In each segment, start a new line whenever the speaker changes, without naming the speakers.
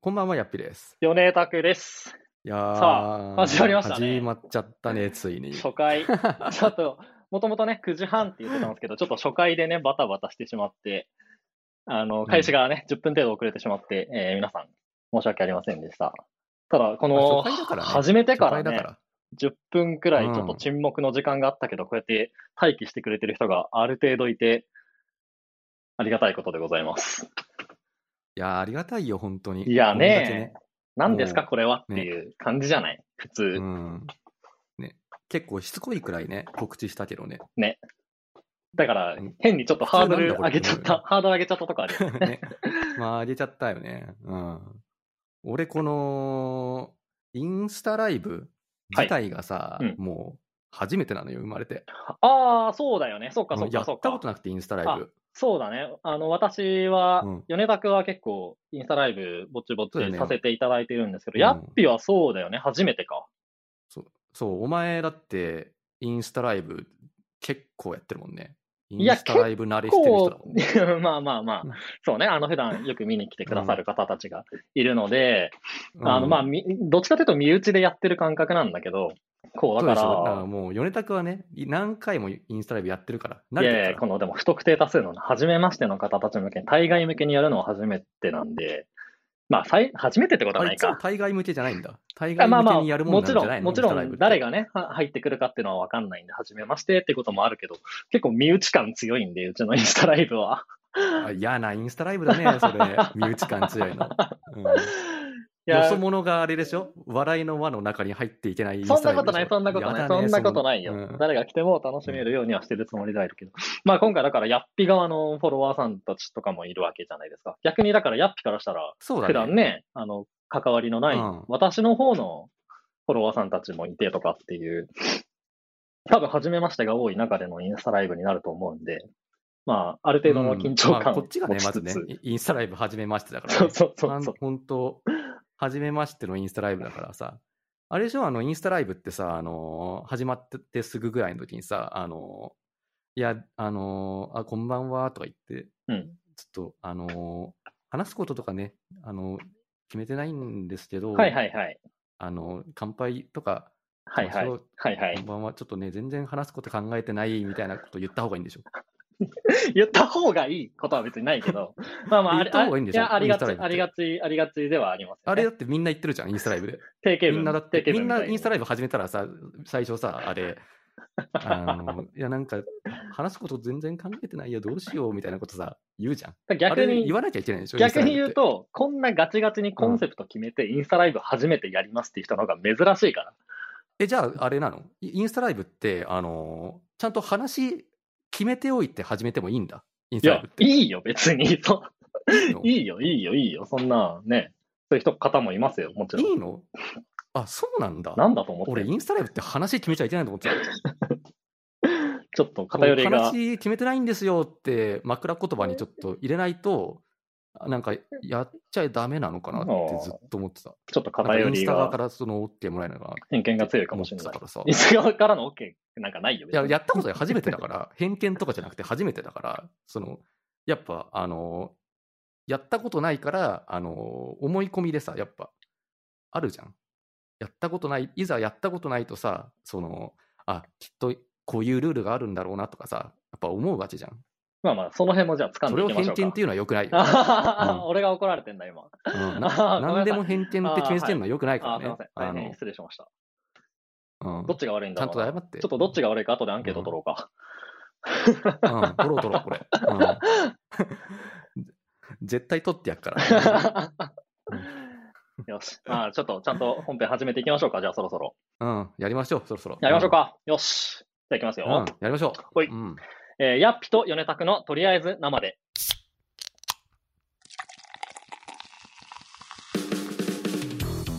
こんばんは、やっぴです。
米拓です。
いやー
さあ始まりましたね
始まっちゃったね、ついに。
初 回、ちょっと、もともとね、9時半って言ってたんですけど、ちょっと初回でね、バタバタしてしまって、あの、開始がね、10分程度遅れてしまって、えー皆さん、申し訳ありませんでした。ただ、この、
あ初回だからね
始めて
初
から
回
ね
だから。
10分くらい
うん
ちょっと沈黙の時間があったけど、こうやって待機してくれてる人がある程度いて、ありがたいことでございます。
いやーありがたいよ、本当に。
いや
こんだけ
ね何ですか、
もう
これはっていう感じじゃない普通。
うん。ね。結構しつこいくらいね、告知したけど ね。
だから
うん、
変にちょっとハードル
普通なんだ
上
これ
げちゃった、ハードル上げちゃったとかあるよね。
ね。まあ、あげちゃったよね。うん。俺、この、インスタライブ
はい
自体がさ、
うん
もう、初めてなのよ、生まれて。
ああ、そうだよね。そうか、
うん
そう
や
か、
っ
そう
たこと
か。
なくて、インスタライブ。
そうだね。あの、私は
うん、
米田君は結構、インスタライブ、ぼちぼ
そうだよ
ち
ね
させていただいてるんですけ
う
ど、
ん
やっぴはそうだよね。初めてか。
そう、お前だって、インスタライブ結構やってるもんね。イ
い
ン
や
スタライブ慣れしてる人だもんね。
こう まあまあまあ
うん、
そうね。あの、普段よく見に来てくださる方たちがいるので、
うん
あの、まあ、みどっちかというと、身内でやってる感覚なんだけど、こう、
そう
だ
で
か
しょだから
ら、
もう、米田君はね、い何回もインスタライブやってるから、慣
い
れて
やい
る
や、
か
こ
ら。
の、でも、不特定多数の、初めましての方たち向けに、対外向けにやるのは初めてなんで、まあ、さい初めてってことは
あ
ない
いつも
か。
対外向けじゃないんだ。対
あ
外
まあ
向
ま
け
あ、
にやるも
も
んな
ち
んじ
ろ
ゃない
ん、
の
もちろ
インスタライブっ
ん、
て
誰がね、は入ってくるかっていうのは分かんないんで、初めましてってこともあるけど、結構身内感強いんで、うちのインスタライブは。
あ嫌なインスタライブだね、 それ。身内感強いの。うん、
い
よ
や、
そ
そ
者があれでしょ笑いの輪の中に入っていけないイン
ん
スタラ
な
イ
こ
ブ
と
で
な
し
い、
ょ
そんなことない、
やだ
そ
ね
んなことない
うん
よ。誰が来ても楽しめるようにはしてるつもりではいるけど。まあ今回だから、ヤッピ側のフォロワーさんたちとかもいるわけじゃないですか。逆にだから、ヤッピからしたら、
そう
普
だ
段
ね。
ね、あの、関わりのない、
うん
私の方のフォロワーさんたちもいてとかっていう、多分、初めましてが多い中でのインスタライブになると思うんで、まあ、ある程度の緊張
うんまあ
感
こ
を
っ
持
ちがね、ま
ち
ず
つ
ね
つ、、
インスタライブ始めましてだから、ね。
そうそうそ
ほ
うんそう。
本当、初めましてのインスタライブだからさ、あれでしょ、あの、インスタライブってさ、あのー始まってすぐぐらいの時にさ、あのーいや、あのーあ、こんばんはとか言って、
うん
ちょっと、あのー話すこととかね、あのー決めてないんですけど、
はいはいはい。
あのー乾杯とか、
はいはい
まあそ。
はいは
こん
い。
ばんは、ちょっとね、全然話すこと考えてないみたいなこと言った方がいいんでしょ。
言った方がいいことは別にないけど、まあまあ、あ
言った方がいいんでしょ
あや、ありがち、
インスタライブって
ありがち、ありがちではあります、ね。
あれだってみんな言ってるじゃん、インスタライブで。
定型文。
みんなだって
定、型
み
文
ん
みたい
な
に
インスタライブ始めたらさ、最初さ、あれ、あの、いや、なんか、話すこと全然考えてないよ、どうしようみたいなことさ、言うじゃん。あ
逆
れ
に
言、わなきゃいけないでしょ、
逆に
インスタライブっ
言う
て。
と、こんなガチガチにコンセプト決めて、インスタライブ初めてやりますっていう人の方が珍しいから。
え、じゃあ、あれなのイインスタライブって、あの、ちゃんと話、決めておいて始めてもいいんだ。インス
い
タライ
や
ブっ、て。
いいよ、別に。そ
いいの
ういいよ、いいよ、いいよ。そんな、ね。そういう人、方もいますよ、もちろ
い
ん。
いのあ、そうなんだ。
なんだと思って
俺、インスタライブって話決めちゃいけないと思ってた。
ちょっと偏りが。
話決めてないんですよって枕言葉にちょっと入れないと、なんかやっちゃダメなのかなってずっと思ってた。
ちょっと
なんか
偏
イン
り
スタ側か
が、
らその OK もらえないのかなって
偏見が強いかもしれ
思
な
っ
い
てた。から さ。
インスタ側からの OK なんかない
い
よ、別
や
に。
やったことない初めてだから、偏見とかじゃなくて初めてだから、そのやっぱあのやったことないからあの思い込みでさ、やっぱあるじゃん。やったことない、いざやったことないとさ、そのあきっとこういうルールがあるんだろうなとかさ、やっぱ思うわけじゃん。
まあまあ、その辺もじゃあ掴ん
そ
で
れ
い
を
きましょ
偏見っ
うか
て。いうのは良く ないよ。
あははは
うん
俺が怒られてんだ、今。
うん、
あ
な
ー
何でも
ご
偏見って決めつけるのは良くないか
あ
ら
ー、すい
ね
ません。
あ
大変
の
失礼しました。
うん
どっちが悪いん
ちゃ
だ
ん
ろ
と
うな
謝って。
ちょっとどっちが悪いか後でアンケート取ろうか。
うん、取ろう取ろう、これ。うん 絶対取ってやっから。
よし。まあ、ちょっとちゃんと本編始めていきましょうか。じゃあそろそろ。
うん、やりましょう、そろそろ。
やりましょうか。よし。じゃあいきます
う
よ。
ん。うん、やりましょう。
ほい
うん
えー、ヤッピと米クのとりあえず生で。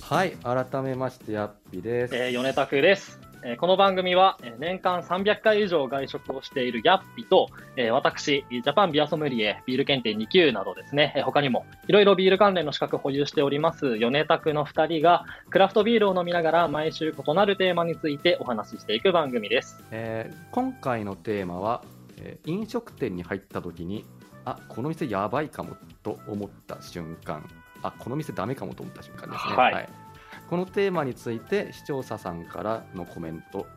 はい、改めまして、やっぴです。
えー、米拓です。えーこの番組は、えー年間300回以上外食をしているヤッピと、えー私、ジャパンビアソムリエ、ビール検定2級などですね、えー他にもいろいろビール関連の資格保有しております米拓の2人が、クラフトビールを飲みながら毎週異なるテーマについてお話ししていく番組です。
えー今回のテーマは、えー飲食店に入った時にあこの店やばいかもと思った瞬間あこの店ダメかもと思った瞬間ですね、
はい
このテーマについて視聴者さんからのコメント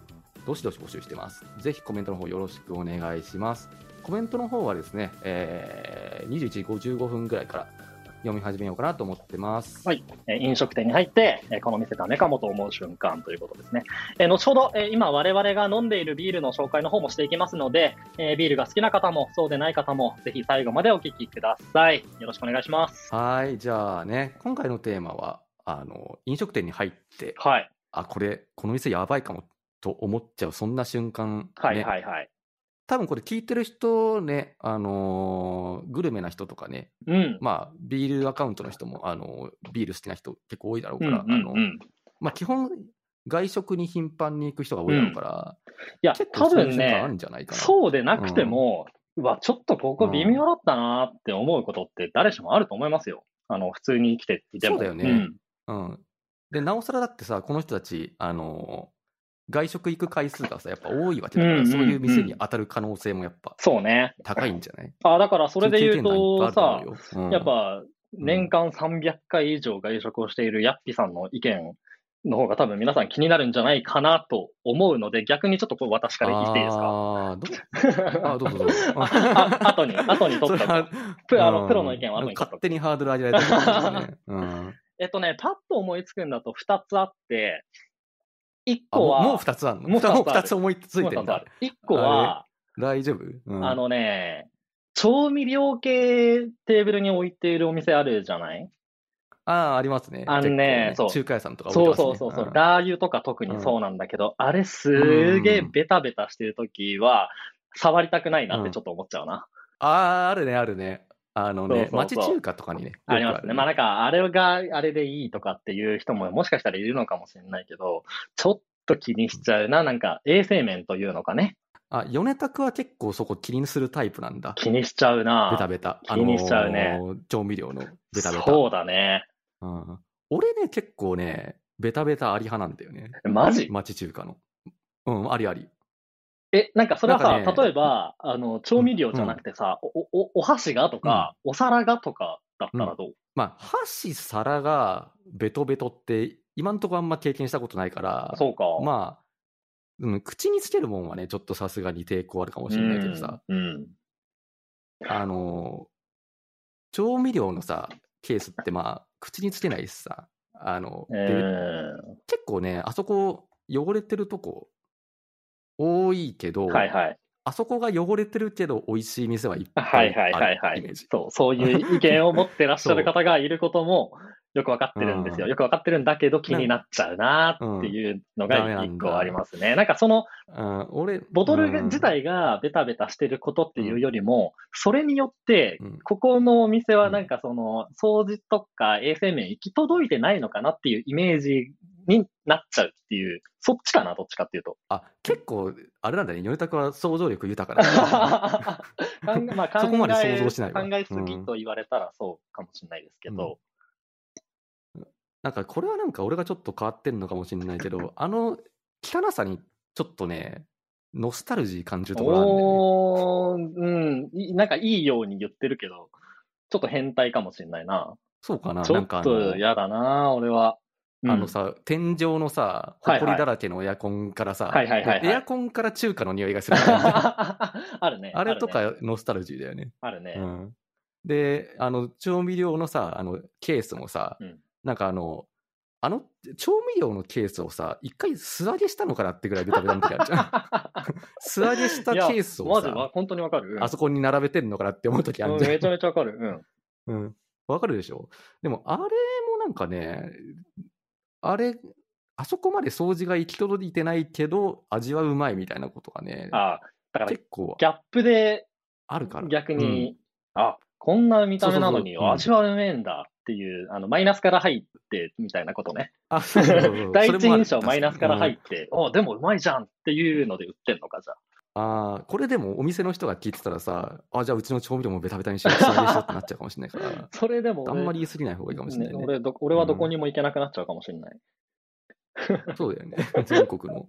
どしどし募集してますぜひコメントの方よろしくお願いしますコメントの方はですね、えー21時55分ぐらいから読み始めようかなと思ってます、
はいえー飲食店に入って、えーこの店ダメかもと思う瞬間ということですね。えー後ほど、えー今我々が飲んでいるビールの紹介の方もしていきますので、えービールが好きな方もそうでない方も、ぜひ最後までお聞きください。よろしくお願いします。
はいじゃあね今回のテーマはあの飲食店に入って
はい。
あこれこの店やばいかもと思っちゃうそんな瞬間、ね
はいはいはい。
多分これ聞いてる人ね、あのーグルメな人とかね、
うん。
まあ、ビールアカウントの人も、あのービール好きな人結構多いだろう
う
から、
んうん
あ
う
の
ん、い
まあ、基本、外食に頻繁に行く人が多いだろうから、
や
結、構
多
そういう
分
瞬間ある
ね
ん、じゃないかな。
そうでなくても、うわ、ちょっとここ微妙だったなーって思うことって誰しもあると思いますよ。あの、普通に生きていても。
そうだよね
ん
うん、で、なおさらだってさ、この人たち、あのー外食行く回数がさ、やっぱ多いわけだから、
うんうんうん
そういう店に当たる可能性もやっぱ
そうね。
高いんじゃない
あ、だからそれで言う
経
とさ、
験談いっぱいあると思うようん
やっぱ年間300回以上外食をしているヤッピさんの意見の方が多分皆さん気になるんじゃないかなと思うので、逆にちょっとこれ私から聞いていいです
あー
か
どあ、どうぞどうぞ。
ああ後に、後に取 っ
それ
た
は
プあ
う
の
ん
プロの意見は後に取
勝
っとく
手にハードル上げられてるね。 うん
えっとね、パッと思いつくんだと2つあって、1
あ
個
もう
は、
もう二つあるの
もう二つある
もう二つ思いついてんだ。
1個は、
大丈夫、うん
あのね、調味料系テーブルに置いているお店あるじゃない
あー、ありますね。
あのね
結構
そう
中華屋さんとか置いて
そう
ますね
そうそうそう、
ん
ラー油とか特にそうなんだけど、あれすーげえベタベタしてるときは、触りたくないなってちょっと思っちゃうな。
あー、あるね、あるね。あのね、
そうそうそう
町中華とかにね。よく
ありますね。まあなんか、あれがあれでいいとかっていう人ももしかしたらいるのかもしれないけど、ちょっと気にしちゃうな。なんか、衛生面というのかね。
あ、米卓は結構そこ気にするタイプなんだ。
気にしちゃうな。
ベタベタ。
気にしちゃうね
あのー調味料のベタベタ。
そうだね。
うん俺ね、結構ね、ベタベタあり派なんだよね。
マジ
町中華の。うん、ありあり。
え、なんかそれはさ、
なんかね
例えば、あの、調味料じゃなくてさ、お、お、お箸がとか、お皿がとかだったらどう、
まあ、箸、皿がベトベトって、今んとこあんま経験したことないから、
そうか。
まあ、うん、口につけるもんはね、ちょっとさすがに抵抗あるかもしれないけどさ、
うんうん
あのー、調味料のさ、ケースってまあ、口につけないしさ、あの、で
え
結構ね、あそこ汚れてるとこ多いけど、
ーはいはい。
あそこが汚れてるけど美味しい店はいっぱ
はいいはいはい
あ
は
るイメ
い
ージ。。
そう、そういう意見を持ってらっしゃる方がいること もよくわかってるんです
う
よ。
ん
よくわかってるんだけど気になっちゃうなーっていうの
うんダメな
が
ん
一
だ
個ありますね。なんかその
うん、俺、
ボトル
うん
自、体がベタベタしてることっていうよりも、それによって
うん
ここのお店はなんかその掃除とか衛生面行き届いてないのかなっていうイメージになっちゃうっていう、そっちかな、どっちかっていうと。
あ、結構、あれなんだね、米クは想像力 豊かだ、ね。
考えまあ、考え
そこまで想像しないわ
考えす
う
ぎ
ん
と言われたらそうかもしれないですけど、
なんかこれはなんか俺がちょっと変わってんのかもしれないけ ど、あの汚さにちょっとね、ノスタルジー感じるところあるんだよね。
おーうんい、なんかいいように言ってるけど、ちょっと変態かもしれないな。
そうかな
ち
な
ょ
んか
っ
あの
と嫌だな、俺は。うん
あのさ、天井のさ、
はいはい
埃だらけのエアコンからさ、
はいはいはいはい
エアコンから中華の匂いがする。 あ
あるね。
れと
あるね。
かノスタルジーだよね。
あるね
うん、で、あの、調味料のさ、あの、ケースもさ、
うん
なんかあの、あの、調味料のケースをさ、一回素揚げしたのかなってぐらいベタベタの時あるじゃん。 素揚げした
い
ケ
や
ースを
まずは
さ、
本当にわかる。うん
あそこに並べてんのかなって思う時あ
う
る
ん
じゃん。
めちゃめちゃわかる。うん。
うん。 わかるでしょでも、あれもなんかね、あれ、あそこまで掃除が行き届いてないけど、味はうまいみたいなことがね、
あだから、ギ
結構
ャップで
あるから。
逆
うん
に、あこんな見た目なのに
そうそう
味はうめえんだっていう、あのマイナスから入ってみたいなことね。
あ、そうそうそうそう
第
それ
一
もある
印象マイナスから
確にうん
入って、あでもうまいじゃんっていうので売ってんのか、じゃ
ああ、これでもお店の人が聞いてたらさ、あ、じゃあうちの調味料もベタベタにしよう、素揚げしようってなっちゃうかもしれないか
あ
ら
、それでも
あ
俺
んまり言い過ぎない方がいいかもしれない
ね
ね。
俺ど俺はどこにも行けなくなっちゃうかもしれない。
そうだよね。全国の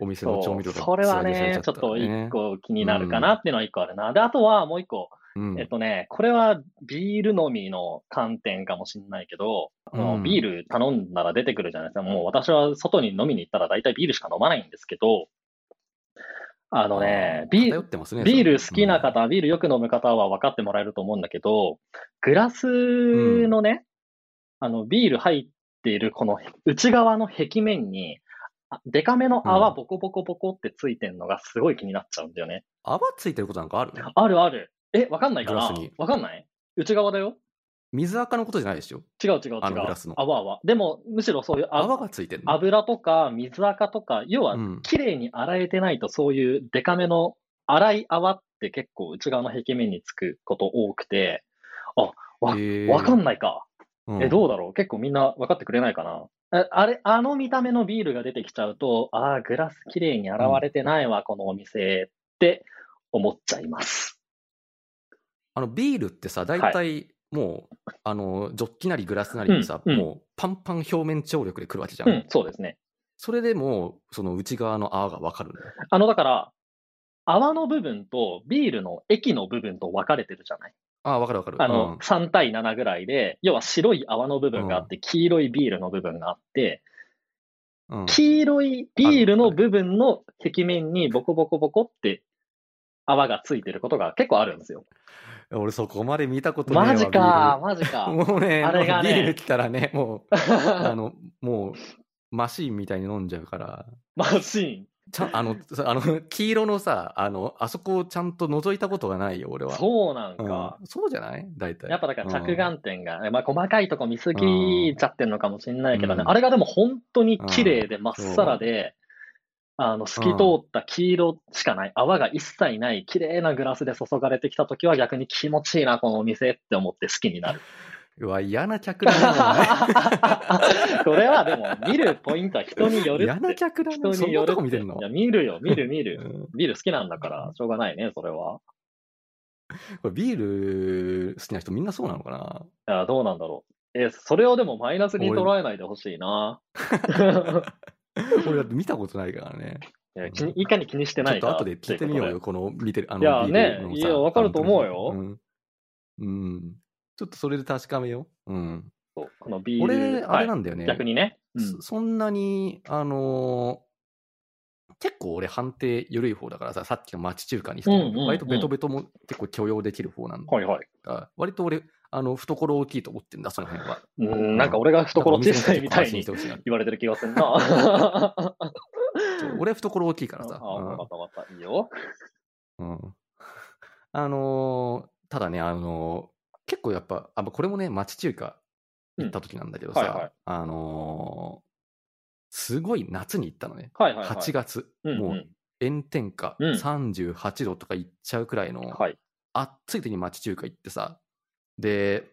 お店の調味料が
そうそれは
素揚げさ
ね、
ち
ち
ゃ
ょ
っ
った
ら
と一個気になるかなっていうのは一個あるな。で、あとはもう一個、
うん
えっとね、これはビール飲みの観点かもしれないけど、あの
うん
ビール頼んだら出てくるじゃないですか。もう私は外に飲みに行ったら大体ビールしか飲まないんですけど、あのね、ビー
偏
ル、
ってますね
ビール好きな、
それ
方、ビールよく飲む方は分かってもらえると思うんだけど、グラスのね、あの、ビール入っているこの内側の壁面に、あデカめの泡
うん
ボコボコボコってついてんのがすごい気になっちゃうんだよね。
うん泡ついてることなんかある
あるある。え、わかんないか
グ
な
ラスに
わかんない内側だよ。
水垢のことじゃないでしょ
違う違う違う。
あのグラスの
泡泡。でも、むしろそういうあ
泡がついてるの
油とか水垢とか、要は
うん
綺麗に洗えてないと、そういうデカめの粗い泡って結構内側の壁面につくこと多くて、わわかんないか。え、どうだろう結構みんな分かってくれないかなああれ、あの見た目のビールが出てきちゃうと、ああ、グラス綺麗に洗われてないわ、このお店って思っちゃいます。
あのビールってさ、大体もう、あのジョッキなりグラスなりにさ、
うんうん
もうパンパン表面張力でくるわけじゃん。
うん、そうですね。
それでもう、その内側の泡がわかるんだよ。
あの、だから、泡の部分とビールの液の部分と分かれてるじゃない
ああ、わかるわかる。
あ
う
の、
ん
3対7ぐらいで、要は白い泡の部分があって、黄色いビールの部分があって、
うん
黄色いビールの部分の壁面にボコボコボコって泡がついてることが結構あるんですよ。
俺、そこまで見たことない
マジか、マジか。
もうね、
あれがね
もうビール来たらね、もう、あの、もう、マシーンみたいに飲んじゃうから、
マシ
ちゃんあの、さあの、 黄色のさ、あの、あそこをちゃんと覗いたことがないよ、俺
ーン。
は。
そうなん
うん
か。
そうじゃない大体。
やっぱだから
うん
着眼点が、まあ細かいとこ見すぎちゃってんのかもしれないけどね、
うん
あれがでも本当に綺麗でまっさらで、あの透き通った黄色しかない、泡が一切ない綺麗なグラスで注がれてきた時は逆に気持ちいいな、このお店って思って好きになる。
うわ、嫌な客だな、
それはでも見るポイントは人によ
お
る
前
っ
嫌な
て。
客だ
人
な、そん
によ
な
る
と
って
こ見てんの
いや見るよ、見る見
う
る。
ん
ビール好きなんだから、しょうがないね、それは。
これビール好きな人みんなそうなのかない
や、どうなんだろう。え、それをでもマイナスに捉えないでほしいな。
俺だって見たことないからね。
いや気にいかに気にし
ち
て
ょ
な
っ
い
と
か
後で聞いてみよう
って
よ、この見てる、あの
いや
ビールの
ね
さ
いやわかると思うよ
んうん。ちょっとそれで確かめよう。うん。
ことでそうこのビール。
俺、あれな
は
んだよね。
い逆にね。うん
そそんなに、あのー結構俺判定緩い方だからさ、さっきの町中華にしても、
うんうんうん
割とベトベトも結構許容できる方なんだ
はいはい。
から、割と俺、あの、懐大きいと思ってんだ、その辺は。
うん、なんか俺が懐小さいみたい
に
に
してほしいな。
言われてる気がする な。ああ、
そう俺懐大きいからさ。うん
わかったわかった。いいよ。
うん あのーただね、あのー結構やっぱ、あまあこれもね、町中華行った時なんだけどさ、
うんはいはい
あのーすごい夏に行ったのね、
はいはいはい。
8月、
うんうん
もう炎天下、
うん
38度とか行っちゃうくらいの、
はい。
暑い時に町中華行ってさ、で、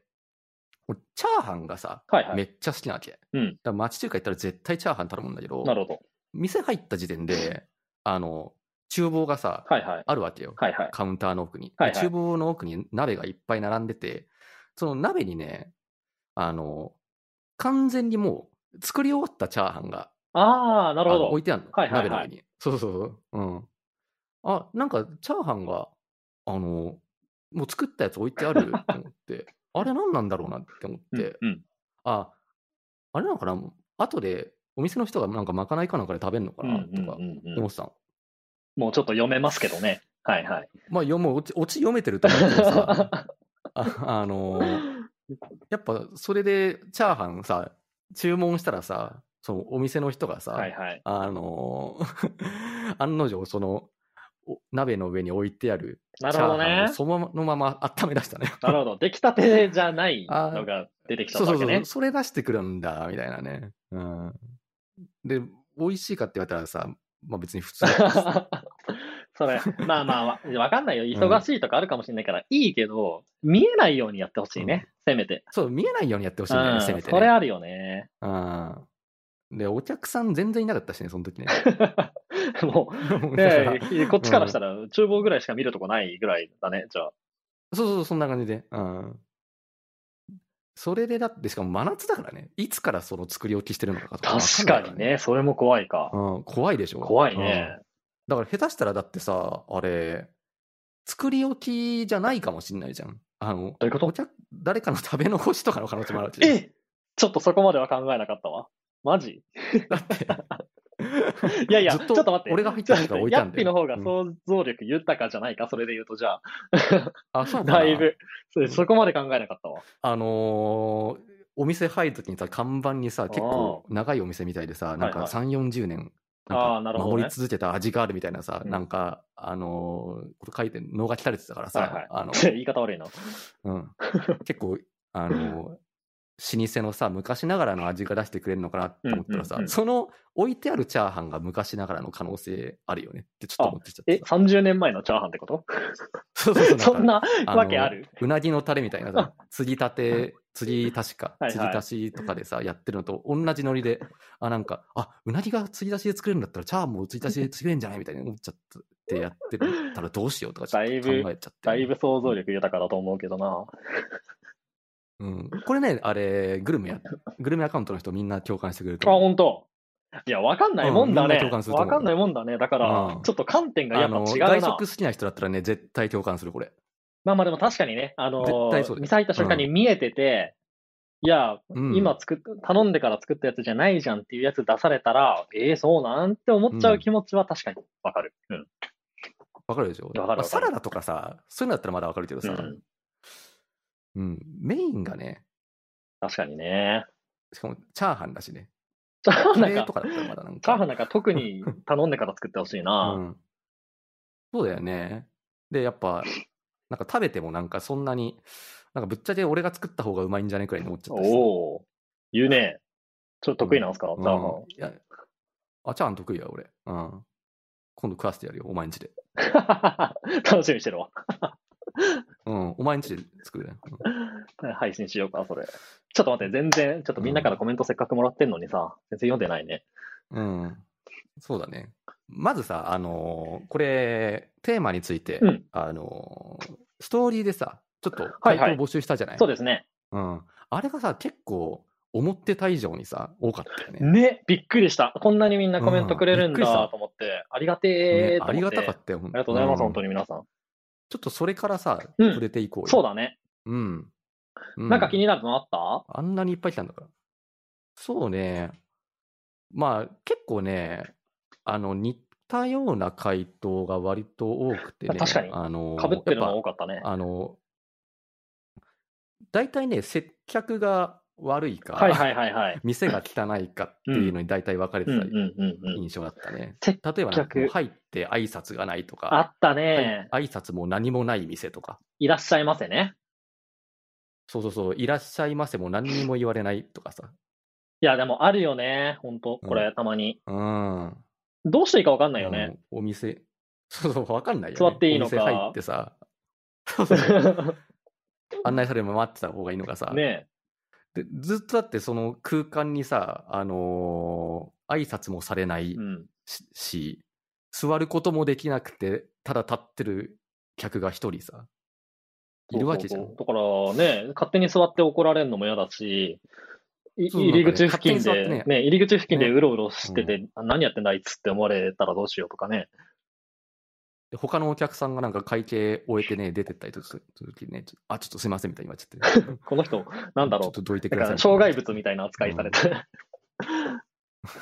俺チャーハンがさ、
はいはい
めっちゃ好きなわけ。
うん
だから町中華行ったら絶対チャーハン頼むんだけど、
なるほど。
店入った時点で、あの厨房がさ、
はいはい。
あるわけよ。
はいはい。
カウンターの奥に。
はいはい
厨房の奥に鍋がいっぱい並んでて、その鍋にね、あの、完全にもう作り終わったチャーハンが
ああ、なるほ
あの
ど
置い。てあるの、
はいはいはい
鍋の上に。そうそうそう。うん。あ、なんかチャーハンが、あの、もう作ったやつ置いてあると思 って、あれ何なんだろうなって思って、
うんうん
あ、あれなのかな後でお店の人がなんかまかないかなんかで食べるのかな
うん
とか
うんうんうん
思ってたの。
もうちょっと読めますけどね。はいはい。
まあ、よもう落ち落ち読めてると思うけど さ、ああのーやっぱそれでチャーハンさ、注文したらさ、そのお店の人がさ、
はいはい。
あのー 案の定、その、お鍋の上に置いてある
な
チ
る
ャ
ほ
ー
ど
ハン
ね
を。そのまま温め出した ね。
なるほど。出来たてじゃないのが出てきちゃ
そ
っ
う
た
そう
わけ
そ
ね
う、。それ出してくるんだ、みたいなね。うん、で、美味しいかって言われたらさ、まあ別に普 通
それ、まあまあわ、わかんないよ。忙しいとかあるかもしれないから、いいけど、見えないようにやってほしいね。せめて。
そう、見えないようにやってほしいんだよ
うん
ね、せめて、ね。
それあるよね。
うん。で、お客さん全然いなかったしね、その 時ね。
も
も
う、
うだから
ねこっちからしたら、厨房ぐらいしか見るとこないぐらいだね、じゃあ。
そうそう、そんな感じで。うん。それでだって、しかも真夏だからね、いつからその作り置きしてるのかとかわ
確
んな
か
いら
に。ね、それも怖いか。
うん、怖いでしょ。
怖い
うん
ね。
だから下手したらだってさ、あれ、作り置きじゃないかもしれないじゃん。あの、
どういうこと
お客誰かの食べ残しとかの可能性もあるじゃん。
えちょっとそこまでは考えなかったわ。マジ
だって。
いやいや、
ず
ちょ
っ
っ
と
と待って。
俺が入ったやつが置いたんだよ
ヤッピの方が想像力豊かじゃないか、それで言うと、じゃあ、
あ、そうかな
だいぶ、そそこまで考えなかったわ。
あのーお店入るときにさ、看板にさ、結構長いお店みたいでさ、なんか
はい
3、40年、
あ
な
ー
ん
な
か
るほど
守
ね
り続けた味があるみたいなさ、
うん
なんか、あのーこと書いて、能がたれてたからさ、
はいはい
あの、
言い方悪いな。
うん、結構、あのー老舗のさ、昔ながらの味が出してくれるのかなと思ったらさ、
うんうんうん
その置いてあるチャーハンが昔ながらの可能性あるよねってちょっと思ってきちゃ
え
っ、た。
30年前のチャーハンってこと
そうそうそう
そ
か
んな
の
わけある
うなぎのタレみたいなさ、継ぎたて、継ぎ足しか
はいは、い
継ぎ足しとかでさ、やってるのと同じノリで、あ、なんか、あ、うなぎが継ぎ足しで作れるんだったら、チャーハンも継ぎ足しで作れるんじゃないみたいに思っちゃってやってたらどうしようとかちょっと考えちゃって。
だいぶ想像力豊かだと思うけどな。
うん。これね、あれ、グルメや、グルメアカウントの人みんな共感してくれる
あ、
と思う。
本当。いや、わかんないもんだ
うんみんな
ね
共感す。ると
わ
思う
かんないもんだね。だから、
うん
ちょっと観点がや
あ
っぱ
の、
違う
外
な
食好。きな人だったらね、絶対共感する、これ。
まあまあでも確かにね、あの
絶対そうです
ー、ミサ入った瞬間に見えてて、いや、
うん
今作っ、頼んでから作ったやつじゃないじゃんっていうやつ出されたら、ええそうなんって思っちゃう気持ちは確かにわかる。うん。
わかるでしょ
わかるわかる
まあサラダとかさ、そういうのだったらまだわかるけどさ、
うん
うん、メインがね、
確かにね。
しかもチャーハンだしね。
チャーハン
カ
な
レー
ん
と
か、
かだったらまだなん
チャーハ
か。
ンなんか特に頼んでから作ってほしいな。
うん、そうだよね。で、やっぱ、なんか食べてもなんかそんなに、なんかぶっちゃけ俺が作った方がうまいんじゃねえくらいに思っちゃったしさ
おお言うね。ちょっと得意なんすか、チャーハン
うん。いやあ、チャーハン得意や、俺。うん。今度食わせてやるよ、お前んちで。
楽しみにしてるわ。
うん、お前んちで作るね。うん
配信しようか、それ。ちょっと待って、全然、ちょっとみんなからコメントせっかくもらってんのにさ、全然読んでないね。
うん。そうだね。まずさ、あのーこれ、テーマについて、
うん
あのーストーリーでさ、ちょっと
は
回
い
答
はい
募集したじゃない、
そうですね。
うん。あれがさ、結構、思ってた以上にさ、多かったよね。
ね、びっくりした。こんなにみんなコメントくれるん
うんびっくりし
だ
た
と思って、ありがて
ね
ーと
あ
思
り
って。
がたかったよ。
ありがとうございます、
ん
本当に皆さん。
ちょっとそれからさ、
うん
触れていこうよ。
そうだね。
うん。う
なんか気になるのあった
あんなにいっぱい来たんだから。そうね。まあ、結構ね、あの、似たような回答が割と多くてね。
確かに
あの、
かぶってるの
や
多かったね
っ。ぱあの、大体ね、接客が悪いか、
はいはいはいはい。
店が汚いかっていうのに大体分かれ
う
て
んうん
た
うんうん。
印象だったね。
接
例えばなんかこう、
接客
入って挨拶がないとか。
あった
はい
ね。
挨拶も何もない店とか、
いらっしゃいませね。
そうそうそう、いらっしゃいませも何にも言われないとかさ、
いや、でもあるよね。本当これ、たまに。
うん。
どうしていいかわかんないよね。
うんお店、そうそう、わかんないよ、ね。
座っていいのか
お店入ってさ、そうそうそう案内されるまま待ってた方がいいのかさ、
ね
でずっとだってその空間にさ、あのー挨拶もされない
え。うん。
し,、座ることもできなくて、ただ立ってる客が一人さ、いるわけじゃん。
そうそうそうだからね、勝手に座って怒られるのも嫌だし、い
そう
入り口付近
なんかね勝手に座
で、
っ
ね
てね
入り口付近でうろうろしてて、あ何やってんだあいつって思われたらどうしようとかね。
で他のお客さんがなんか会計終えてね、出てったりとかするときね、ちょあ、ちょっとすいませんみたいに言われちゃって。
この人、 なんだ
ちょ
ろ
っとどいて
う。
くだ
なん
さい。
か障害物みたいな扱いされて。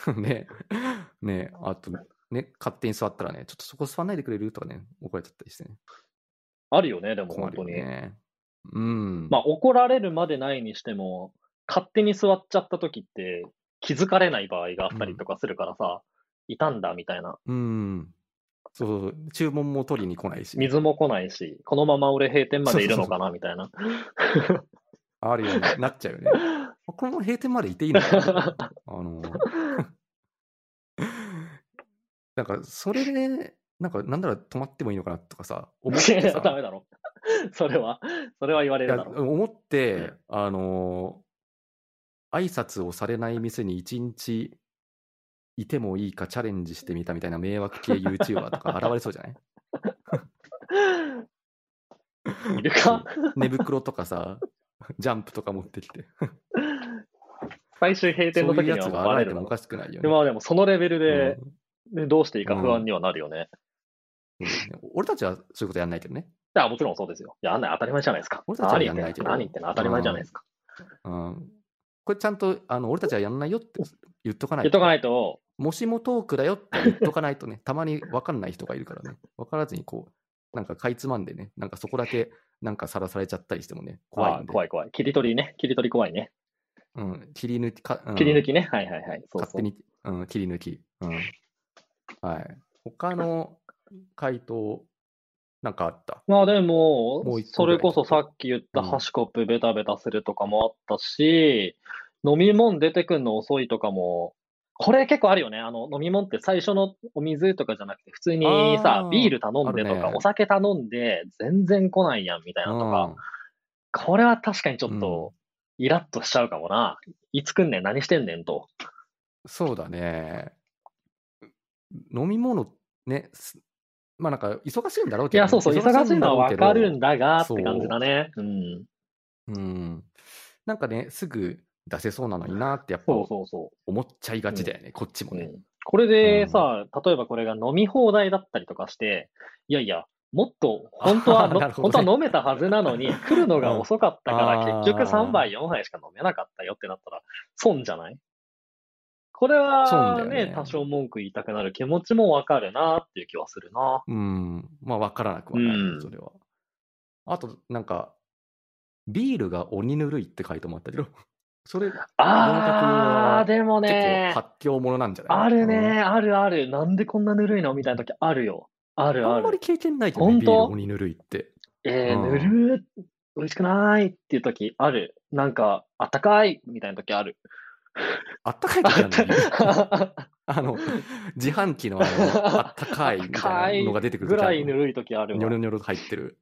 うん。 ねねあと、ね、勝手に座ったらね、ちょっとそこ座んないでくれるとかね、怒られちゃったりしてね。
あるよね、でも
困
本
る
当
よ
に。
ね。うん。
まあ怒られるまでないにしても、勝手に座っちゃった時って気づかれない場合があったりとかするからさ、いたんだみたいな。
うん。そうそうそう、注文も取りに来ないし。
水も来ないし、このまま俺閉店までいるのかなみたいな。
あるよね。なっちゃう よね。あこの閉店までいていいのかなあの ーなんか、それで、なんか、なんなら止まってもいいのかなとかさ、思っ
いやい
て
や
さ
ダメだろ。それは、それは言われ
い
る
や
だろ。
思って、
うん
あのー挨拶をされない店に一日いてもいいかチャレンジしてみたみたいな迷惑系 YouTuber とか現れそう じゃない
いるか
寝袋とかさ、ジャンプとか持ってきて、
最終閉
そ
店の
ういう
時に
やつ
は
が
バ
現れ
レ
ても
るだ
お
ろ
かしくないよね。
でもでもそのレベル
うん
で、ねどうしていいか不安にはなるよね。
そうだよね俺たちはそういうことやんないけどね。
や、もちろんそうですよ。いや、あんな当たり前じゃないですか。
俺たちは
何
や
言っ
んなんい
て
けど
何言ってんの当たり前じゃないですか。
うん、これちゃんとあの俺たちはやんないよって言っとかない
言っとかないと、
もしもトークだよって言っとかないとね、たまに分かんない人がいるからね、分からずにこう、なんかかいつまんでね、なんかそこだけなんかさらされちゃったりしてもね、怖い
あ
んで。
怖い怖い。切り取りね。切り取り怖いね。
うん、切り抜きか、うん
切り抜きね。はいはいはい。そう
勝
そ
手
う。
に、うん、切り抜き。うん。はい。他の回答、なんかあった。
まあでも
もう、一個
そ
ぐら
れ
い
こそさっき言った
うん
ハシコップベタベタするとかもあったし、飲み物出てくんの遅いとかも、これ結構あるよね。あの、飲み物って最初のお水とかじゃなくて、普通に
あ
さ
ー、
ビール頼んで
あ
と
る
か、
ね
お酒頼んで、全然来ないやんみたいなとか、これは確かにちょっと、イラッとしちゃうかもな。いつ来んねん、何してんねんと。
そうだね。飲み物、ね、すまあなんか忙しいんだろう
い
けどね、
や、そうそう、忙しいのはわかるん
だ
だが、っ
そう
て感じだね。うん。
ろうけど。うん。なんかね、すぐ出せそうなのになってやっぱ
そうそうそ
思っちゃいがちだよね、こっちも
う。う
ね。
ん、これでさ、例えばこれが飲み放題だったりとかして、いやいや、もっと、本当は、
なるほどね
本当は飲めたはずなの に、来るのが遅かったから、
うん
結局
あー
3杯、4杯しか飲めなかったよってなったら、損じゃないこれは
損だよ
ね
ね
多少文句言いたくなる気持ちもわかるなっていう気はするな。
うん。まあ、わからなくはない、
うん
それは。あと、なんか、ビールが鬼ぬるいって書いてもあったけど、 それ、結文化
あー、でも
構
ね、
発狂ものなんじゃない
あるね、あるある。なんでこんなぬるいのみたいな時あるよ。あ
うん
る
あ
あ
んまり
る。
経験ないけど、ね、
本
ビ
当
ール鬼ぬるいって。
えー、
うん
ぬるー、美味しくないっていう時ある。なんか、あったかいみたいな時ある。
あったかい
あ
時ある
っ
のに
た
あの、自販機のあの、あったか いみたいなのが出 てくる
ぐらい
時あ
ぬ
る
るい時ある
のにょ
わ。
ろにょろと入ってる。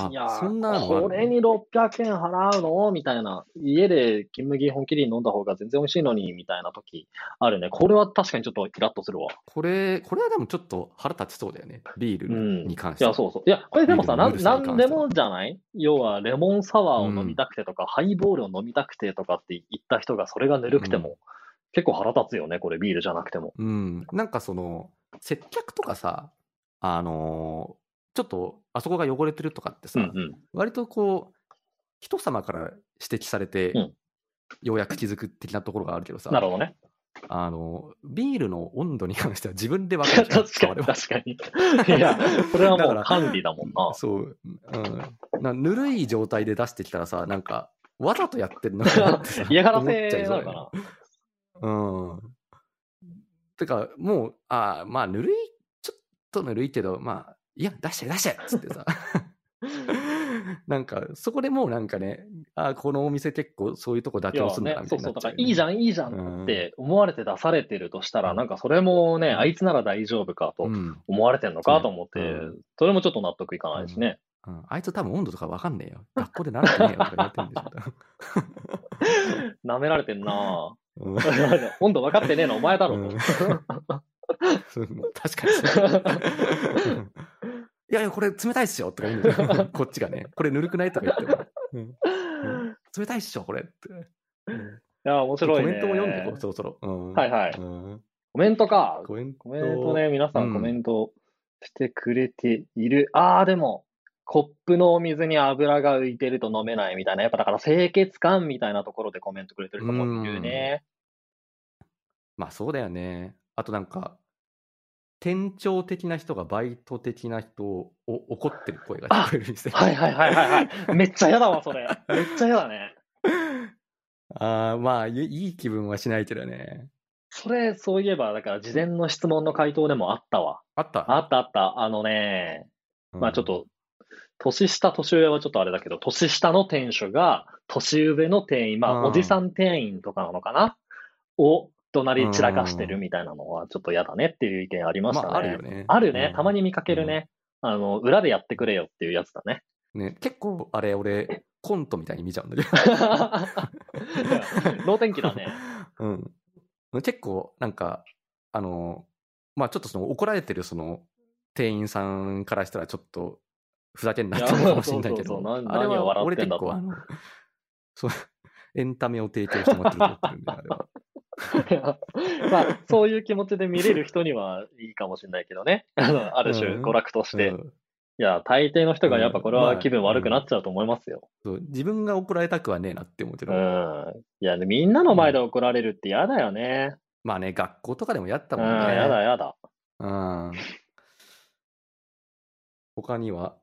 あ
いやー
そんなのある
これに600円払うのみたいな。家で金麦本麒麟飲んだ方が全然美味しいのに、みたいな時あるね。これは確かにちょっとイラッとするわ。
これ、これはでもちょっと腹立ちそうだよね。ビールに関し
い
て。
や、そうそう。いや、これでもさ、な
ビール
ん
の
な
ルールさに
ん
関して
で
は
もじゃない要は、レモンサワーを飲みたくてとか、ハイボールを飲みたくてとかって言った人が、それがぬるくても、結構腹立つよね、これ、ビールじゃなくても。
うん、なんかその接客とかさ、あのーちょっとあそこが汚れてるとかって
う
さ、
んうん。
割とこう人様から指摘されて、
うん
ようやく気づく的なところがあるけどさ
なるほどね。
あのビールの温度に関しては自分で分かる
確
じゃん我
かに、
々
確かに。いや、これは
だ
も
か
う
ら
管理だもん な。
そう、うん、なぬるい状態で出してきたらさなんかわざとやってるのかなってさ
嫌がら
思っちゃ
せ
い
な
そうだ
の
よね
かな。
うん。てか、もう、あーまあ、ぬるい、ちょっとぬるいけど、まあ、いや、出して、出してっつってさ。 なんか、そこでもうなんかね、あーこのお店結構そういうとこ妥
いや
協するんだな、
ね
み、た
そ
いうにな
そう、
っ
だ
ちゃう
から
よね、
いいじゃん、いいじゃんって思われて出されてるとしたら、なんかそれもね、あいつなら大丈夫かと
うん
思われてんのかと思って
うん、
それもちょっと納得いかないしね。
うん。あいつ多分温度とかわかんねえよ。学校で習ってねえよとか言ってんでしょ多分
舐められてんなぁ。
うん
温度分かってねえのお前だろ
うん
と。
そう 確かにそう。うんいやいや、これ冷たいっすよとか言うんだけどこっちがね、これぬるくないとか言っても、うんうん冷たいっしょ、これって。うん
いや、面白いね。
コメントも読んでこう、そろそろ。うん
はいはい
うん
コメントか。
コメント
コメントね、皆さ
うん
んコメントしてくれている。あー、でも、コップのお水に油が浮いてると飲めないみたいな、やっぱだから清潔感みたいなところでコメントくれてる人もいるね。
まあそうだよね。あとなんか、店長的な人がバイト的な人を怒ってる声が聞こえる店。
はいはいはいはい はい。めっちゃ嫌だわ、それ。めっちゃ嫌だね。
あーまあ、いいい気分はしないけどね。
それ、そういえば、だから事前の質問の回答でもあったわ。
あった
あったあった。あのね、まあちょっ、と、年下、年上はちょっとあれだけど、年下の店主が、年上の店員、ま
う
あ
ん
おじさん店員とかなのかなを、隣散らかしてるみたいなのは、ちょっと嫌だねっていう意見あり
うん
ま
ま
したね。
ああるよね。
あるね
うん
たまに見かけるね。あの、裏でやってくれよっていうやつだ ね。
ね、結構あれ俺コントみたいに見ちゃうんだけ
能天気だね。
ど、うん、結構なんかあのまあちょっとその怒られてるその店員さんからしたらちょっとふざけんなって思うかもしれないけ
いやそうそうそ
ど
うな
あれ
何
は
を笑
俺
って
結
んだと
構あのそうエンタメを提供してもらってると思ってるんであれは
まあ、そういう気持ちで見れる人にはいいかもしれないけどね。あのある種、
うん
娯楽として。
うん
いや、大抵の人がやっぱこれ
うんま
は
あ
気分悪くなっちゃうと思いますよ。
そう自分が怒られたくはねえなって思うけ
う
ど、
ん。いや、みんなの前で怒られるって嫌だよね。
まあね、学校とかでもやった
うん、
もんね。
やだやだ。
うん。他には、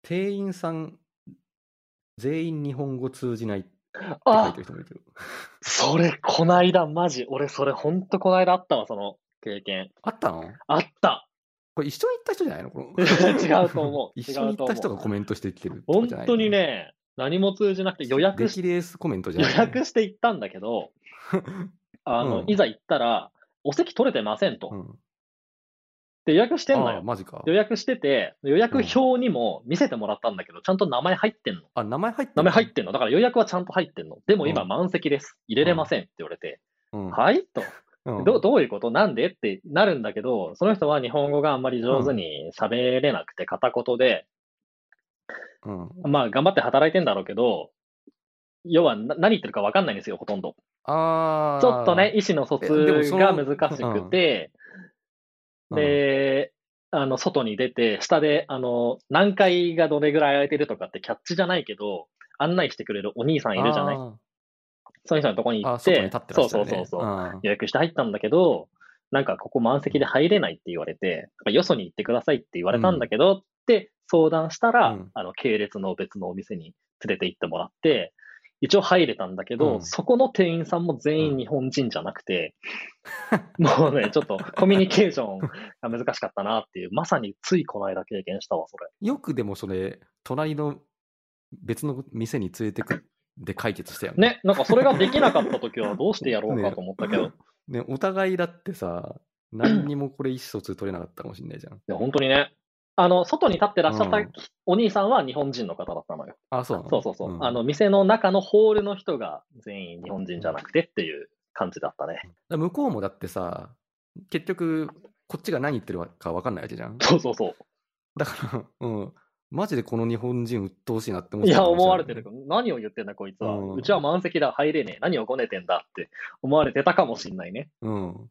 店員さん、全員日本語通じないって書い
あ
てる人もいるけど。
それ、こないだ、マジ。俺、それ、ほんとこないだあったわ、その経験。
あったの
あった。
これ一緒に行った人じゃないのこの
違うと思う。
一緒に行った人がコ
ん
メントしてきてるとか
本
じゃない
当に、ね、何も通じなくて予約し
激レースコメントじゃ
予
ない、
約して行ったんだけど、 あの、
うん
いざ行ったら、お席取れてませんと。
うん、
で、予約してんの
ああ、
よ。
マジか
予。約してて、予約表にも見せてもらったんだけど、ちゃんと名前入ってんの。
あ、名前入って
名前入
て
ってんの。だから予約はちゃんと入ってんの。でも今
うん
満席です。入れれませんって言われて、
うん
はいと。
うん
どどういうことなんでってなるんだけど、その人は日本語があんまり上手に喋れなくて片言で、
うん
まあ頑張って働いてんだろうけど、要はな何言ってるか分かんないんですよ、ほとんど。
ああ。
ちょっとね、意思の疎通
えでもそ
が
の
難しくて、で、あの、外に出て、下で、あの、何階がどれぐらい空いてるとかってキャッチじゃないけど、案内してくれるお兄さ
うんん、
いるじゃない。
あ
その人のとこに
あ、
行
あ
っ
そこ
て、
に立ってら
そ
っ
う
しゃ
そう
る、ね。
そうそう、
ん
予約して入ったんだけど、なんかここ満席で入れないって言われて、よそに行ってくださいって言われたんだけど、って相談したら、
うん
あの、系列の別のお店に連れて行ってもらって、一応入れたんだけど、
うん
そこの店員さんも全員日本人じゃな くて、もうね、ちょっとコミュニケーションが難しかったなっていう、まさについこの間経験したわ、それ。
よくでもそれ、隣の別の店に連れてくで解決したよね。
ね、なんかそれができなかった時はどうしてやろうかと思ったけど、い
ねお互いだってさ、何にもこれ意思疎通取れなかったかもしれないじゃん。
や、本当にね、あの、外に立ってらっしゃった
うん
お兄さんは日本人の方だったのよ。
あ、そうなの
そうそうそう。
ん
あの、店の中のホールの人が全員日本人じゃなくてっていう感じだったね。
だ向こうもだってさ、結局、こっちが何言ってるか分かんないわけじゃん。
そうそうそ
だから、うん。マジでこの日本人鬱陶しいなって思
う。
っ
い
てた
や、
かもしれ
思
な
われてる。何を言ってんだ、こいつは。
うん
うちは満席だ、入れねえ。何をごねてんだって思われてたかもしんないね。
うん。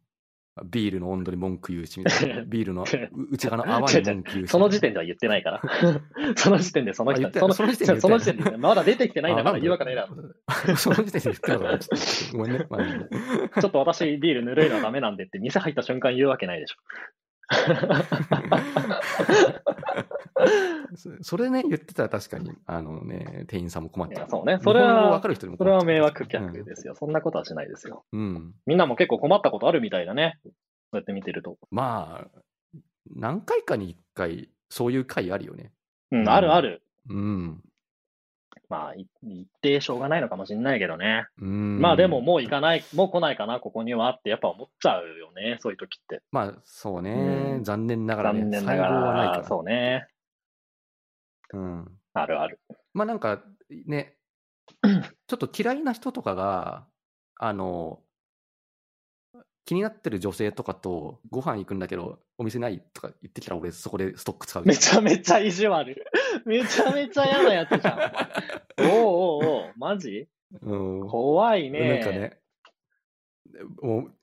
ビールの温度に文句言うし、みたい な。ビールのう内側の泡
違
に
う違う
文句言うし。
その時点では言ってな いから。その時点でその
あ
人
言って
その
その時点で言って
その時点でね、まだ出てきてないんだから
あ
言うわけないだろ。
ろ。 その時点で言ってたから、ちょっとごめんね。まあいいや
ちょっと私、ビールぬるいのはダメなんでって、店入った瞬間言うわけないでしょ。
そそれね、言ってたら確かに、あのね、店員さんも困っ
い
ちゃ
や
う。
そうね。
日
それ
本語
は
分か、る人にも
そ
困っ
れ
ちゃう
は迷惑客ですよ。そんなことはしないですよ。
うん。うん
みんなも結構困ったことあるみたいだね。そうやって見てると。
まあ、何回かに1回、そういう回あるよね。
う、
うんん
あるある。
うん。
まあ、い一定しょうがないのかもしれないけどね。
うん、
まあでも、もう行かない、もう来ないかな、ここにはってやっぱ思っちゃうよね、そういう時って。
まあ、そうね、
うん
残念ながらね、
残念なが。
細胞はないからら。
そうね。
うん、
あるある。
まあなんか、 ね、ちょっと嫌いな人とかが、あの、気になってる女性とかとご飯行くんだけど、お店ないとか言ってきたら、俺、そこでストック使う。
めちゃめちゃ意地悪。 めちゃめちゃ嫌なやつじゃん。お前おうおうおうマジ
うん、
怖いね。
なんかね、もう、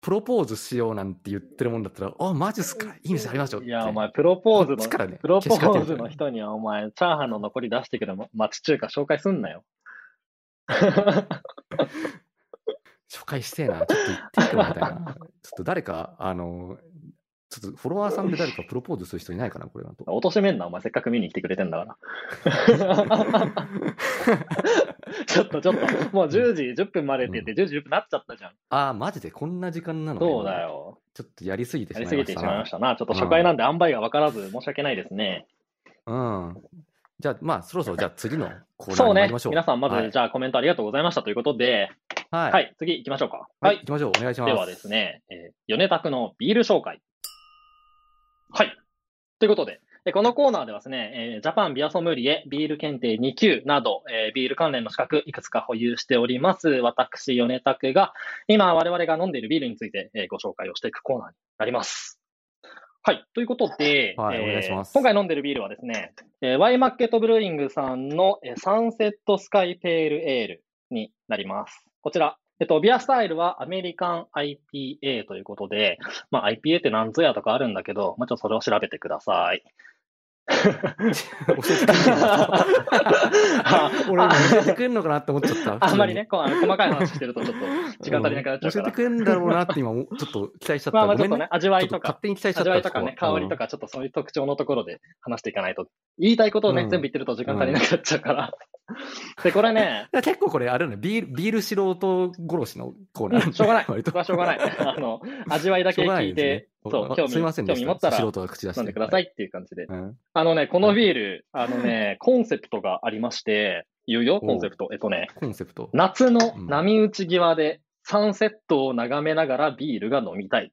プロポーズしようなんて言ってるもんだったら、あ、マジっすか、いい店ありますよって。
いや、お前、プロポーズ
こっ
の
ち、からね、
プロポ
けしかけ
ー
て
ズ
るか
の
らね
人にはお前、チャーハンの残り出してくる町中華紹介すんなよ。
紹介してえな、ちょっと行っていいかなみたいな。 ちょっと誰か、あの、ちょっとフォロワーさんで誰かプロポーズする人いないかな、これはと。
落としめんな、お前、せっかく見に来てくれてんだから。ちょっ とちょっと、もう10時10分までって言って、10時10分なっちゃったじゃん。
あー、マジでこんな時間なのね
そうだ。よ。
ちょっとやりすぎてし
や
まい
り
まし
す
たな。
ぎてしまいましたな。ちょっと初回なんで、塩梅が分からず、申し訳ないですね。
うん。じゃあ、まあ、そろそろじゃあ次のコーナー
そう
に参
ね
りましょ。う。
皆さん、ま
は
ず、
い、
じゃあコメントありがとうございましたということで、
はい
はい、次行きましょうか。
は
はいい
行。きましょう。お願いします。
ではですね、えー、米拓のビール紹介。はい。ということで、えーこのコーナーではですね、えージャパンビアソムリエビール検定2級など、えービール関連の資格いくつか保有しております、私、米拓が、今我々が飲んでいるビールについて、えーご紹介をしていくコーナーになります。はい。ということで、
はい
えー
お願いします
今回飲んでいるビールはですね、えーワイマーケットブルーイングさんの、えーサンセットスカイペールエールになります。こちら、えっと、ビアスタイルはアメリカン IPA ということで、まあ IPA って何ぞやとかあるんだけど、まあちょっとそれを調べてください。
教 えてくれるのか な
あ
俺今教えてくれるのかなって思っちゃった。
あんまりね、こうあの細かい話してるとちょっと時間足りなくなっちゃうか
うん教えて
ら。
くれるんだろうなって今、ちょっと期待しちゃった。
まあまあち
ご
ょっ
めん
とね、味わい
ちょ
と
っと勝
か、
手に期待しちゃっ
味
た。
わいとかね、
そこは
香りとか、ちょっとそういう特徴のところで話していかないと、言いたいことをね、
うん
全部言ってると時間足りなくなっちゃうから。で、これね、
うん結構これ、あれだね、ビール、ビール素人殺しのコーナーだね。
しょうがな い
割
そ
と
こはしょうがない。あの、味わいだけ聞いて、
しょう
そう
がないですね、
興味
すいませんでした
興味持ったら
素人が口出して。
飲んでくださいっていう感じで。
うん
あのね、このビール、あ のね、コンセプトがありまして、言うよ、
おう
コンセプト。えっとね、
コンセプト。
夏の
うん
波打ち際でサンセットを眺めながらビールが飲みたいっ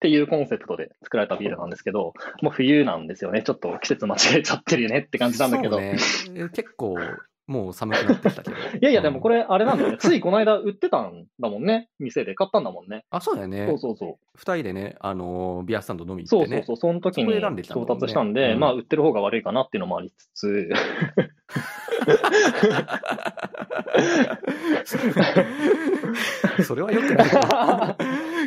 ていうコンセプトで作られたビールなんですけど、もう冬なんですよね。ちょっと季節間違えちゃってるよねって感じなんだけど。
そうねえ結構、もう寒くなってきたけど。
いやいや、でもこ
れ。
れ、あれなんだよね。ついこの間売ってたんだもんね。店で買ったんだもんね。
あ、そうだよね。
そうそうそう。
二人でね、あのービアスタンド飲み行っ
そう
て
そう
ね。
そう、その時に
そこ選んできたんだ
調
もんね
達したんで、
うん
まあ、売ってる方が悪いかなっていうのもありつつ、
それはよくないよ。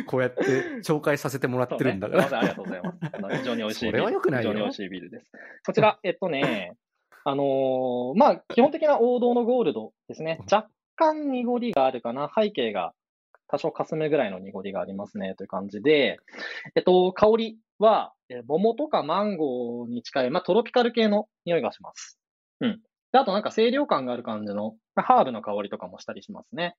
こうやって紹介させてもらってるんだか
そ
ら。
うねすいません、ありがとうございますあの。非常に美味しいビ
そ
ール。
れは良くないよ
非常に美味しいビールです。こ ちら、えっとね、あのーまあ、基本的な王道のゴールドですね。若干濁りがあるかな。背景が多少かすむぐらいの濁りがありますね、という感じで、えっと、香りは、えー桃とかマンゴーに近い、まあ、トロピカル系の匂いがします。うん。で、あとなんか清涼感がある感じの、まあハーブの香りとかもしたりしますね。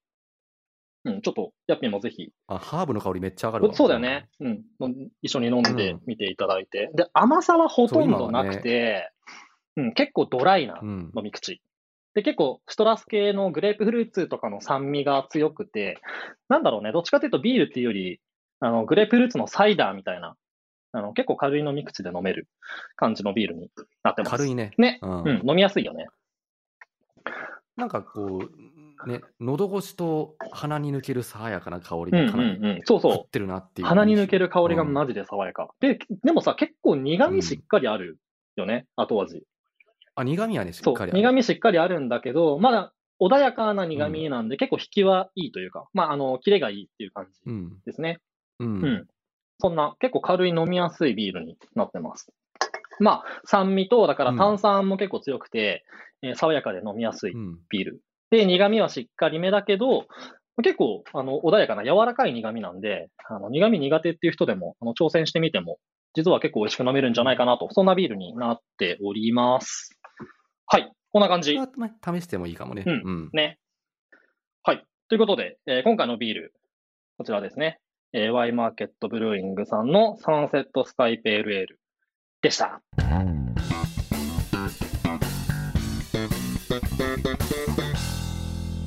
うん、ちょっと、ヤッピーもぜひ
あ、ハーブの香りめっちゃ上がるわ
そうだよね。。うん。もう一緒に飲んで
うん
みていただいて。で、甘さはほとんどなく
そう
て、うん、結構ドライな
うん。
飲み口。で、結構シトラス系のグレープフルーツとかの酸味が強くて、なんだろうね、どっちかというとビールっていうより、あの、グレープフルーツのサイダーみたいな、あの、結構軽い飲み口で飲める感じのビールになってます。
軽いね。
ね。
うん
うん、飲みやすいよね。
なんかこう、ね、喉越しと鼻に抜ける爽やかな香り
うん
が
う
かなり
んうん。そう
合
そう
っ。てるなっていう。
鼻に抜け
る。
る香りがマジで爽やか。で、でもさ、結構苦味しっかりあるよね、後味。
あ、苦味はね、し
そ
っ
う
かり、ある。
苦味しっかりあるんだけど、まだ穏やかな苦味なんで、結構引きはいいというか、まあ、あの、キレがいいっていう感じ
うん。
ですね。
う。
うんん。そんな、結構軽い飲みやすいビールになってます。まあ、酸味と、だから
うん
炭酸も結構強くて、えー爽やかで飲みやすい
うん
ビール。で、苦味はしっかりめだけど、結構、あの、穏やかな、柔らかい苦味なんで、あの苦味苦手っていう人でも、あの挑戦してみても、実は結構美味しく飲めるんじゃないかなと、そんなビールになっております。はい、こんな感
こ
じ
れ。はね試してもいいかもね。
うん
ん
ね。はい。ということで、えー今回のビール、こちらですね。えー、Y マーケットブルーイングさんのサンセットスカイペールエールでした。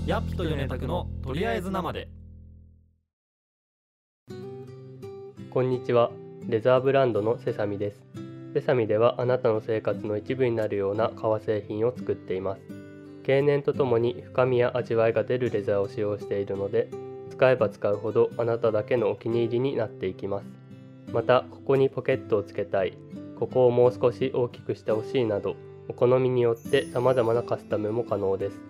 ヤッピとヨネタクのとりあえず生で
こんにちはレザーブランドのセサミですセサミではあなたの生活の一部になるような革製品を作っています経年とともに深みや味わいが出るレザーを使用しているので使えば使うほどあなただけのお気に入りになっていきますまたここにポケットをつけたいここをもう少し大きくしてほしいなどお好みによって様々なカスタムも可能です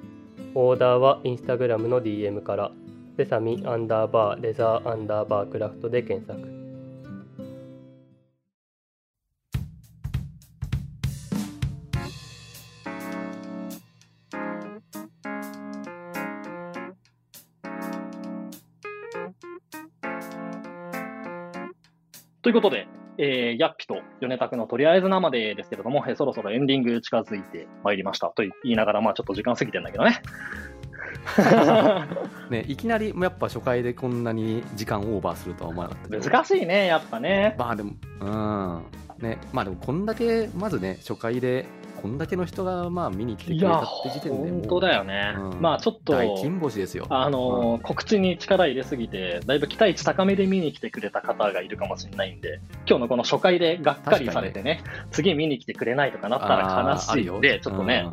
オーダーはインスタグラムの DM からセサミアンダーバーレザーアンダーバークラフトで検索
ということで、えー、ヤッピとヨネタクのとりあえず生でですけれども、えーそろそろエンディング近づいてまいりましたと言いながら、まあちょっと時間過ぎてんだけどね。
ね、いきなりやっぱ初回でこんなに時間オーバーするとは思わなかったけど
難しいね、やっぱね。
まあでもうんねまあでもこんだけまずね初回でこんだけの人がまあ見に来てく
い
れた
や、
って時点で
本
もう
当だよね。
うん
まあちょっと、
大金星ですよ
あのー告知に力入れすぎて、だいぶ期待値高めで見に来てくれた方がいるかもしれないんで、今日のこの初回でがっかりされてね、次見に来てくれないとかなったら悲しいんで、ちょっとね、、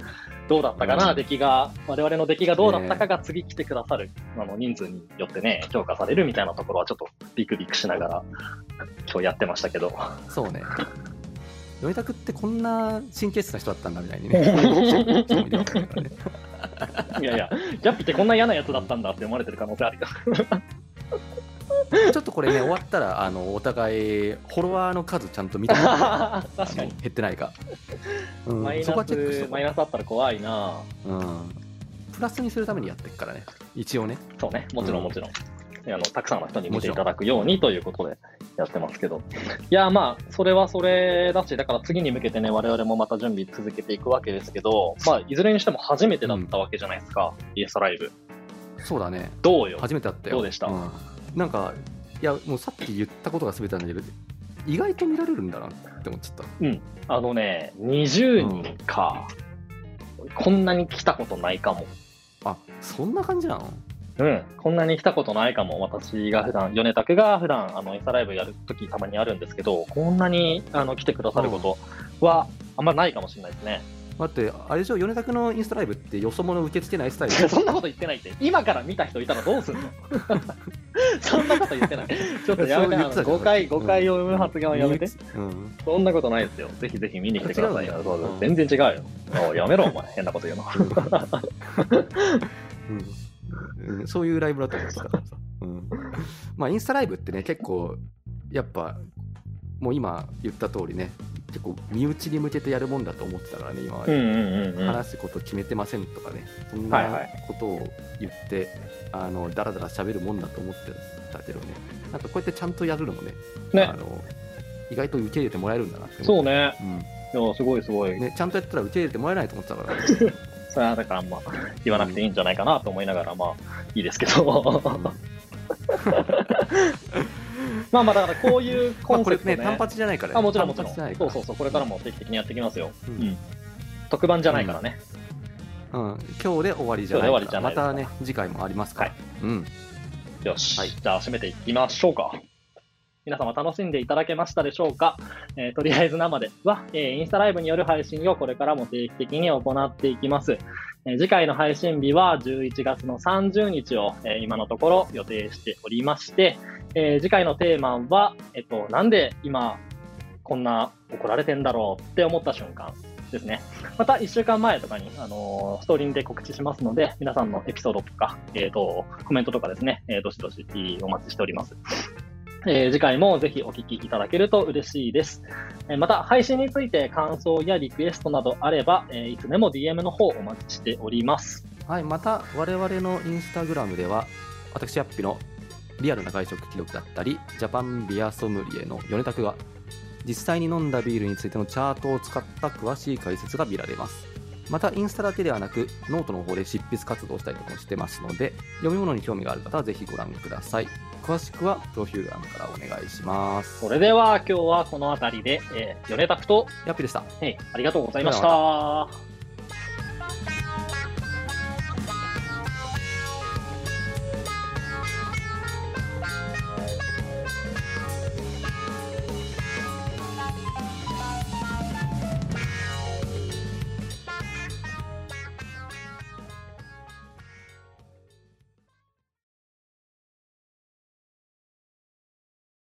どうだったかな、
うん
出来が、我々の出来がどうだったかが次来てくださる、あの人数によってね、評価されるみたいな ところはちょっとビクビクしながら、今日やってましたけど、
あるようんそうね米拓ってこんな神経質な人だったんだみたいに ね人もいるわけだからね
いやいや、 ギャッピってこんな嫌なやつだったんだって思われてる可能性あ るよ。
ちょっとこれね終わったらあのお互いフォロワーの数ちゃんと見 てもらって
確かに。
減ってないか、うん
マイナ
そこはチェックし
ス
と、こ
マイナスあったら怖いな
う、うん、プラスにするためにやってっからね一応ね
そうね、もちろ
うんん
もちろん。あのたくさんの人に見ていただくようにということでやってますけど、いや、まあ、それはそれだし、だから次に向けてね、我々もまた準備続けていくわけですけど、まあ、いずれにしても初めてだったわけじゃないですか、イエスライブ。
そうだね
どうよ、
初めてだったよ
どうでした
んなんかいやもうさっき言ったことが全てなんだけど意外と見られるんだなって思っちゃった
あのね、20人か、こんなに来たことないかも。
あそんな感じなの
うん、こんなに来たことないかも、私が普段米拓が普段あのエサライブやるときたまにあるんですけど、こんなにあの来てくださることはあんまないかもしれないですね。
待ってあれでしょ米拓のインスタライブってよそ者受け付けないスタイル
そんなこと言ってないって、今から見た人いたらどうすんの そんなこと言ってない。ちょっと やめて、
そう言
あ
ってた
の
じゃん
誤解、誤解を生む発言はやめて。
うん
そんなことないですよ。ぜひぜひ見に来てください
違う
よ。
んだ
そうそう
うん
全然違うよ。もうやめろ、お前。変なこ と言うの。
うんうん、そういうライブだったんですからさ、うん、まあインスタライブってね結構やっぱもう今言った通りね結構身内に向けてやるもんだと思ってたからね今ま
う
で
んうんうんうん。
話すこと決めてませんとかね、そん
はいは
ないことを言って、あのだらだら喋るもんだと思ってたけどね、なんかこうやってちゃんとやるのもね、
ね
あの意外と受け入れてもらえるんだなって
そう
ね,、
ね。いや、すごいすごい
うん、。ね。ちゃんとやったら受け入れてもらえないと思ってた から、
それはだからまあ言わなくていいんじゃないかなと思いながらまあいいですけど
うん
まあまあだからこういうコ
まあ
ン
こ
セ
れ
プト、ね
ね、単発じゃないからね、
あもちろんもちろ
単
ん
発じゃないか
そう
ら
そうそうこれからも定期的にやっていきますよ、
う
うんん特番じゃないからね、
うん、今日で終わりじゃないか
今日で終わりじ
ら
ゃ
ま
ないですか
たね次回もありますから、
は
うん
よし、
はい
じゃあ締めていきましょうか皆様楽しんでいただけましたでしょうか、えーとりあえず生では、えーインスタライブによる配信をこれからも定期的に行っていきます、えー次回の配信日は11月の30日を、えー今のところ予定しておりまして、えー次回のテーマは、えっと、なんで今こんな怒られてんだろうって思った瞬間ですね。また1週間前とかに、あのーストーリーで告知しますので、皆さんのエピソードとか、えっ、と、コメントとかですね、えーどしどしお待ちしております。えー次回もぜひお聞きいただけると嬉しいです。えーまた、配信について感想やリクエストなどあれば、えーいつでも DM の方お待ちしております。
はい、また我々のインスタグラムでは私アッピのリアルな外食記録だったりジャパンビアソムリエの米拓が実際に飲んだビールについてのチャートを使った詳しい解説が見られますまたインスタだけではなくノートの方で執筆活動したりとかもしてますので読み物に興味がある方はぜひご覧ください詳しくはプロフィール欄からお願いします
それでは今日はこの辺りで、えー、米拓と、
ヤッピでした
えーありがとうございました。